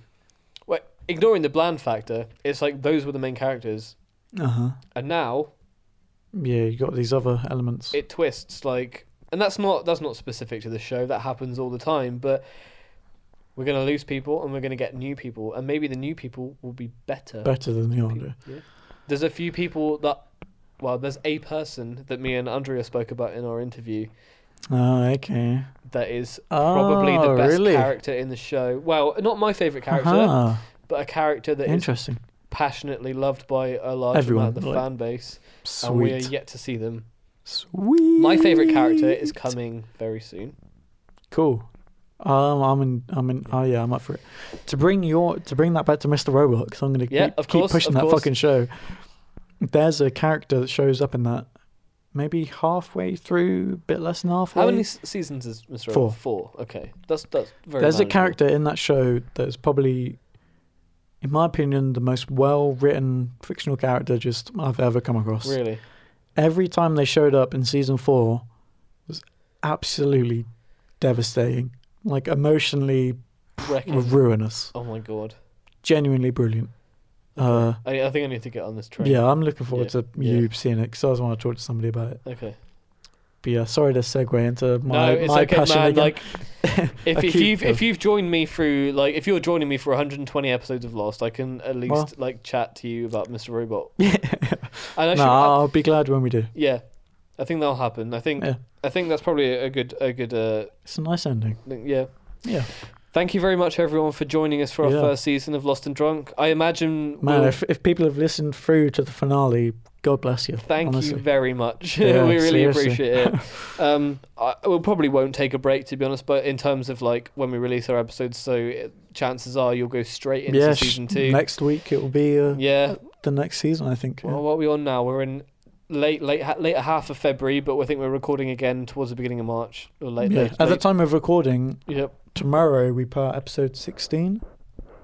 [SPEAKER 1] Well, ignoring the bland factor, it's like those were the main characters,
[SPEAKER 2] uh-huh
[SPEAKER 1] and now
[SPEAKER 2] yeah you got these other elements
[SPEAKER 1] it twists like, and that's not that's not specific to the show. That happens all the time, but. We're gonna lose people, and we're gonna get new people, and maybe the new people will be better.
[SPEAKER 2] better than the older
[SPEAKER 1] There's a few people that, well, there's a person that me and Andrea spoke about in our interview
[SPEAKER 2] oh okay
[SPEAKER 1] that is probably the
[SPEAKER 2] Oh,
[SPEAKER 1] best
[SPEAKER 2] really?
[SPEAKER 1] character in the show. Well, not my favorite character,
[SPEAKER 2] uh-huh.
[SPEAKER 1] but a character that is
[SPEAKER 2] interesting
[SPEAKER 1] passionately loved by a large
[SPEAKER 2] Everyone,
[SPEAKER 1] amount of the
[SPEAKER 2] like,
[SPEAKER 1] fan base, and Oh, we are
[SPEAKER 2] sweet
[SPEAKER 1] yet to see them.
[SPEAKER 2] sweet
[SPEAKER 1] My favorite character is coming very soon.
[SPEAKER 2] Cool. Um, I'm in. I'm in. Oh yeah, I'm up for it. To bring your to bring that back to Mr. Robot, 'cause I'm gonna
[SPEAKER 1] Yeah,
[SPEAKER 2] keep,
[SPEAKER 1] of
[SPEAKER 2] keep
[SPEAKER 1] course,
[SPEAKER 2] pushing
[SPEAKER 1] of
[SPEAKER 2] that
[SPEAKER 1] course.
[SPEAKER 2] fucking show. There's a character that shows up in that, maybe halfway through, bit less than halfway.
[SPEAKER 1] How many s- seasons is Mr. Robot?
[SPEAKER 2] Four.
[SPEAKER 1] Four. Okay, that's that's very.
[SPEAKER 2] There's a
[SPEAKER 1] manageable.
[SPEAKER 2] character in that show that's probably, in my opinion, the most well written fictional character just I've ever come across.
[SPEAKER 1] Really,
[SPEAKER 2] Every time they showed up in season four, was absolutely devastating. Like emotionally
[SPEAKER 1] wrecking.
[SPEAKER 2] ruinous.
[SPEAKER 1] Oh my god.
[SPEAKER 2] Genuinely brilliant. Uh,
[SPEAKER 1] I, I think I need to get on this train.
[SPEAKER 2] yeah, I'm looking forward
[SPEAKER 1] Yeah,
[SPEAKER 2] to
[SPEAKER 1] yeah.
[SPEAKER 2] you seeing it because I always want to talk to somebody about it.
[SPEAKER 1] Okay.
[SPEAKER 2] But yeah, sorry to segue into
[SPEAKER 1] no,
[SPEAKER 2] my,
[SPEAKER 1] it's
[SPEAKER 2] my
[SPEAKER 1] okay,
[SPEAKER 2] passion
[SPEAKER 1] man.
[SPEAKER 2] again.
[SPEAKER 1] Like, if,
[SPEAKER 2] I
[SPEAKER 1] if
[SPEAKER 2] keep-
[SPEAKER 1] you've if you've joined me through like if you're joining me for 120 episodes of Lost, I can at least
[SPEAKER 2] Well.
[SPEAKER 1] like chat to you about Mr. Robot. And I
[SPEAKER 2] no,
[SPEAKER 1] should, I-
[SPEAKER 2] I'll be glad when we do.
[SPEAKER 1] yeah, I think that'll happen. I think
[SPEAKER 2] Yeah.
[SPEAKER 1] I think that's probably a good a good uh,
[SPEAKER 2] It's a nice ending.
[SPEAKER 1] thing, yeah.
[SPEAKER 2] Yeah,
[SPEAKER 1] Thank you very much, everyone, for joining us for our
[SPEAKER 2] Yeah.
[SPEAKER 1] first season of Lost and Drunk. I imagine.
[SPEAKER 2] man.
[SPEAKER 1] we'll-
[SPEAKER 2] If if people have listened through to the finale, God bless you.
[SPEAKER 1] Thank
[SPEAKER 2] honestly.
[SPEAKER 1] you very much.
[SPEAKER 2] Yeah,
[SPEAKER 1] we really
[SPEAKER 2] seriously.
[SPEAKER 1] appreciate it. Um, I, we probably won't take a break to be honest, but in terms of like when we release our episodes, so it, chances are you'll go straight into
[SPEAKER 2] yeah, sh-
[SPEAKER 1] season two.
[SPEAKER 2] next week it will be uh,
[SPEAKER 1] yeah.
[SPEAKER 2] the next season, I think.
[SPEAKER 1] Well, what are we on now? We're in late, late, ha- later half of February, but we think we're recording again towards the beginning of March or late.
[SPEAKER 2] yeah.
[SPEAKER 1] late,
[SPEAKER 2] At the
[SPEAKER 1] late-
[SPEAKER 2] time of recording,
[SPEAKER 1] Yep.
[SPEAKER 2] tomorrow we put out episode 16.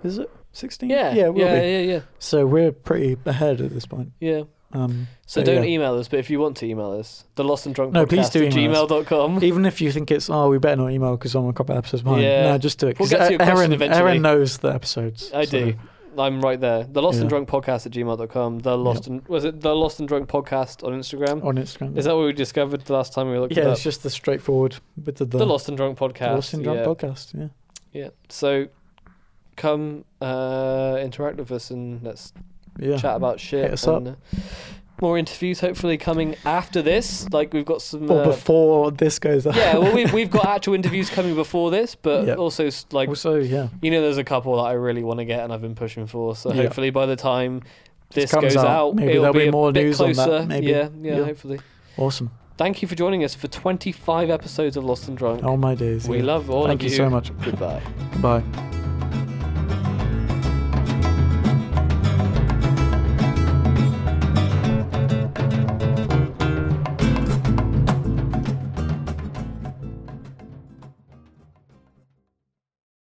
[SPEAKER 2] Is it 16?
[SPEAKER 1] Yeah.
[SPEAKER 2] yeah, we'll
[SPEAKER 1] yeah,
[SPEAKER 2] be.
[SPEAKER 1] yeah, yeah,
[SPEAKER 2] So we're pretty ahead at this point.
[SPEAKER 1] yeah.
[SPEAKER 2] Um,
[SPEAKER 1] So
[SPEAKER 2] but
[SPEAKER 1] don't
[SPEAKER 2] yeah.
[SPEAKER 1] email us, but if you want to email us, the Lost and Drunk
[SPEAKER 2] No, please do email us.
[SPEAKER 1] gmail.com.
[SPEAKER 2] even if you think it's oh we better not email because someone copy episodes behind.
[SPEAKER 1] Yeah.
[SPEAKER 2] No, just do it.
[SPEAKER 1] We'll
[SPEAKER 2] 'cause
[SPEAKER 1] get to your question
[SPEAKER 2] Aaron,
[SPEAKER 1] eventually.
[SPEAKER 2] Aaron knows the episodes.
[SPEAKER 1] I
[SPEAKER 2] so-
[SPEAKER 1] do. I'm right there. The Lost and
[SPEAKER 2] Yeah.
[SPEAKER 1] Drunk Podcast at gmail.com. The Lost and was it the Lost and Drunk Podcast on Instagram?
[SPEAKER 2] on Instagram.
[SPEAKER 1] Is that what we discovered the last time we looked it
[SPEAKER 2] Oh. yeah,
[SPEAKER 1] up?
[SPEAKER 2] it's just the straightforward with the the,
[SPEAKER 1] the, Lost and Drunk Podcast.
[SPEAKER 2] the Lost in Drunk
[SPEAKER 1] yeah.
[SPEAKER 2] podcast. Yeah.
[SPEAKER 1] yeah. So come uh, interact with us and let's
[SPEAKER 2] Yeah.
[SPEAKER 1] chat about shit.
[SPEAKER 2] Hit us
[SPEAKER 1] and, uh, more interviews hopefully coming after this. Like we've got some.
[SPEAKER 2] Or
[SPEAKER 1] uh,
[SPEAKER 2] before this goes up.
[SPEAKER 1] yeah, well, we've we've got actual interviews coming before this, but
[SPEAKER 2] Yeah.
[SPEAKER 1] also s- like
[SPEAKER 2] also, yeah.
[SPEAKER 1] you know, there's a couple that I really want to get and I've been pushing for. So
[SPEAKER 2] Yeah.
[SPEAKER 1] hopefully by the time this
[SPEAKER 2] comes
[SPEAKER 1] goes out,
[SPEAKER 2] out, maybe
[SPEAKER 1] it'll
[SPEAKER 2] there'll be
[SPEAKER 1] a
[SPEAKER 2] more
[SPEAKER 1] bit
[SPEAKER 2] news on
[SPEAKER 1] closer.
[SPEAKER 2] that, maybe.
[SPEAKER 1] Yeah, yeah,
[SPEAKER 2] Yeah.
[SPEAKER 1] hopefully.
[SPEAKER 2] Awesome.
[SPEAKER 1] Thank you for joining us for 25 episodes of Lost and Drunk.
[SPEAKER 2] All my days.
[SPEAKER 1] we
[SPEAKER 2] yeah.
[SPEAKER 1] love all
[SPEAKER 2] Thank
[SPEAKER 1] of
[SPEAKER 2] you
[SPEAKER 1] you.
[SPEAKER 2] so much.
[SPEAKER 1] Goodbye.
[SPEAKER 2] Bye.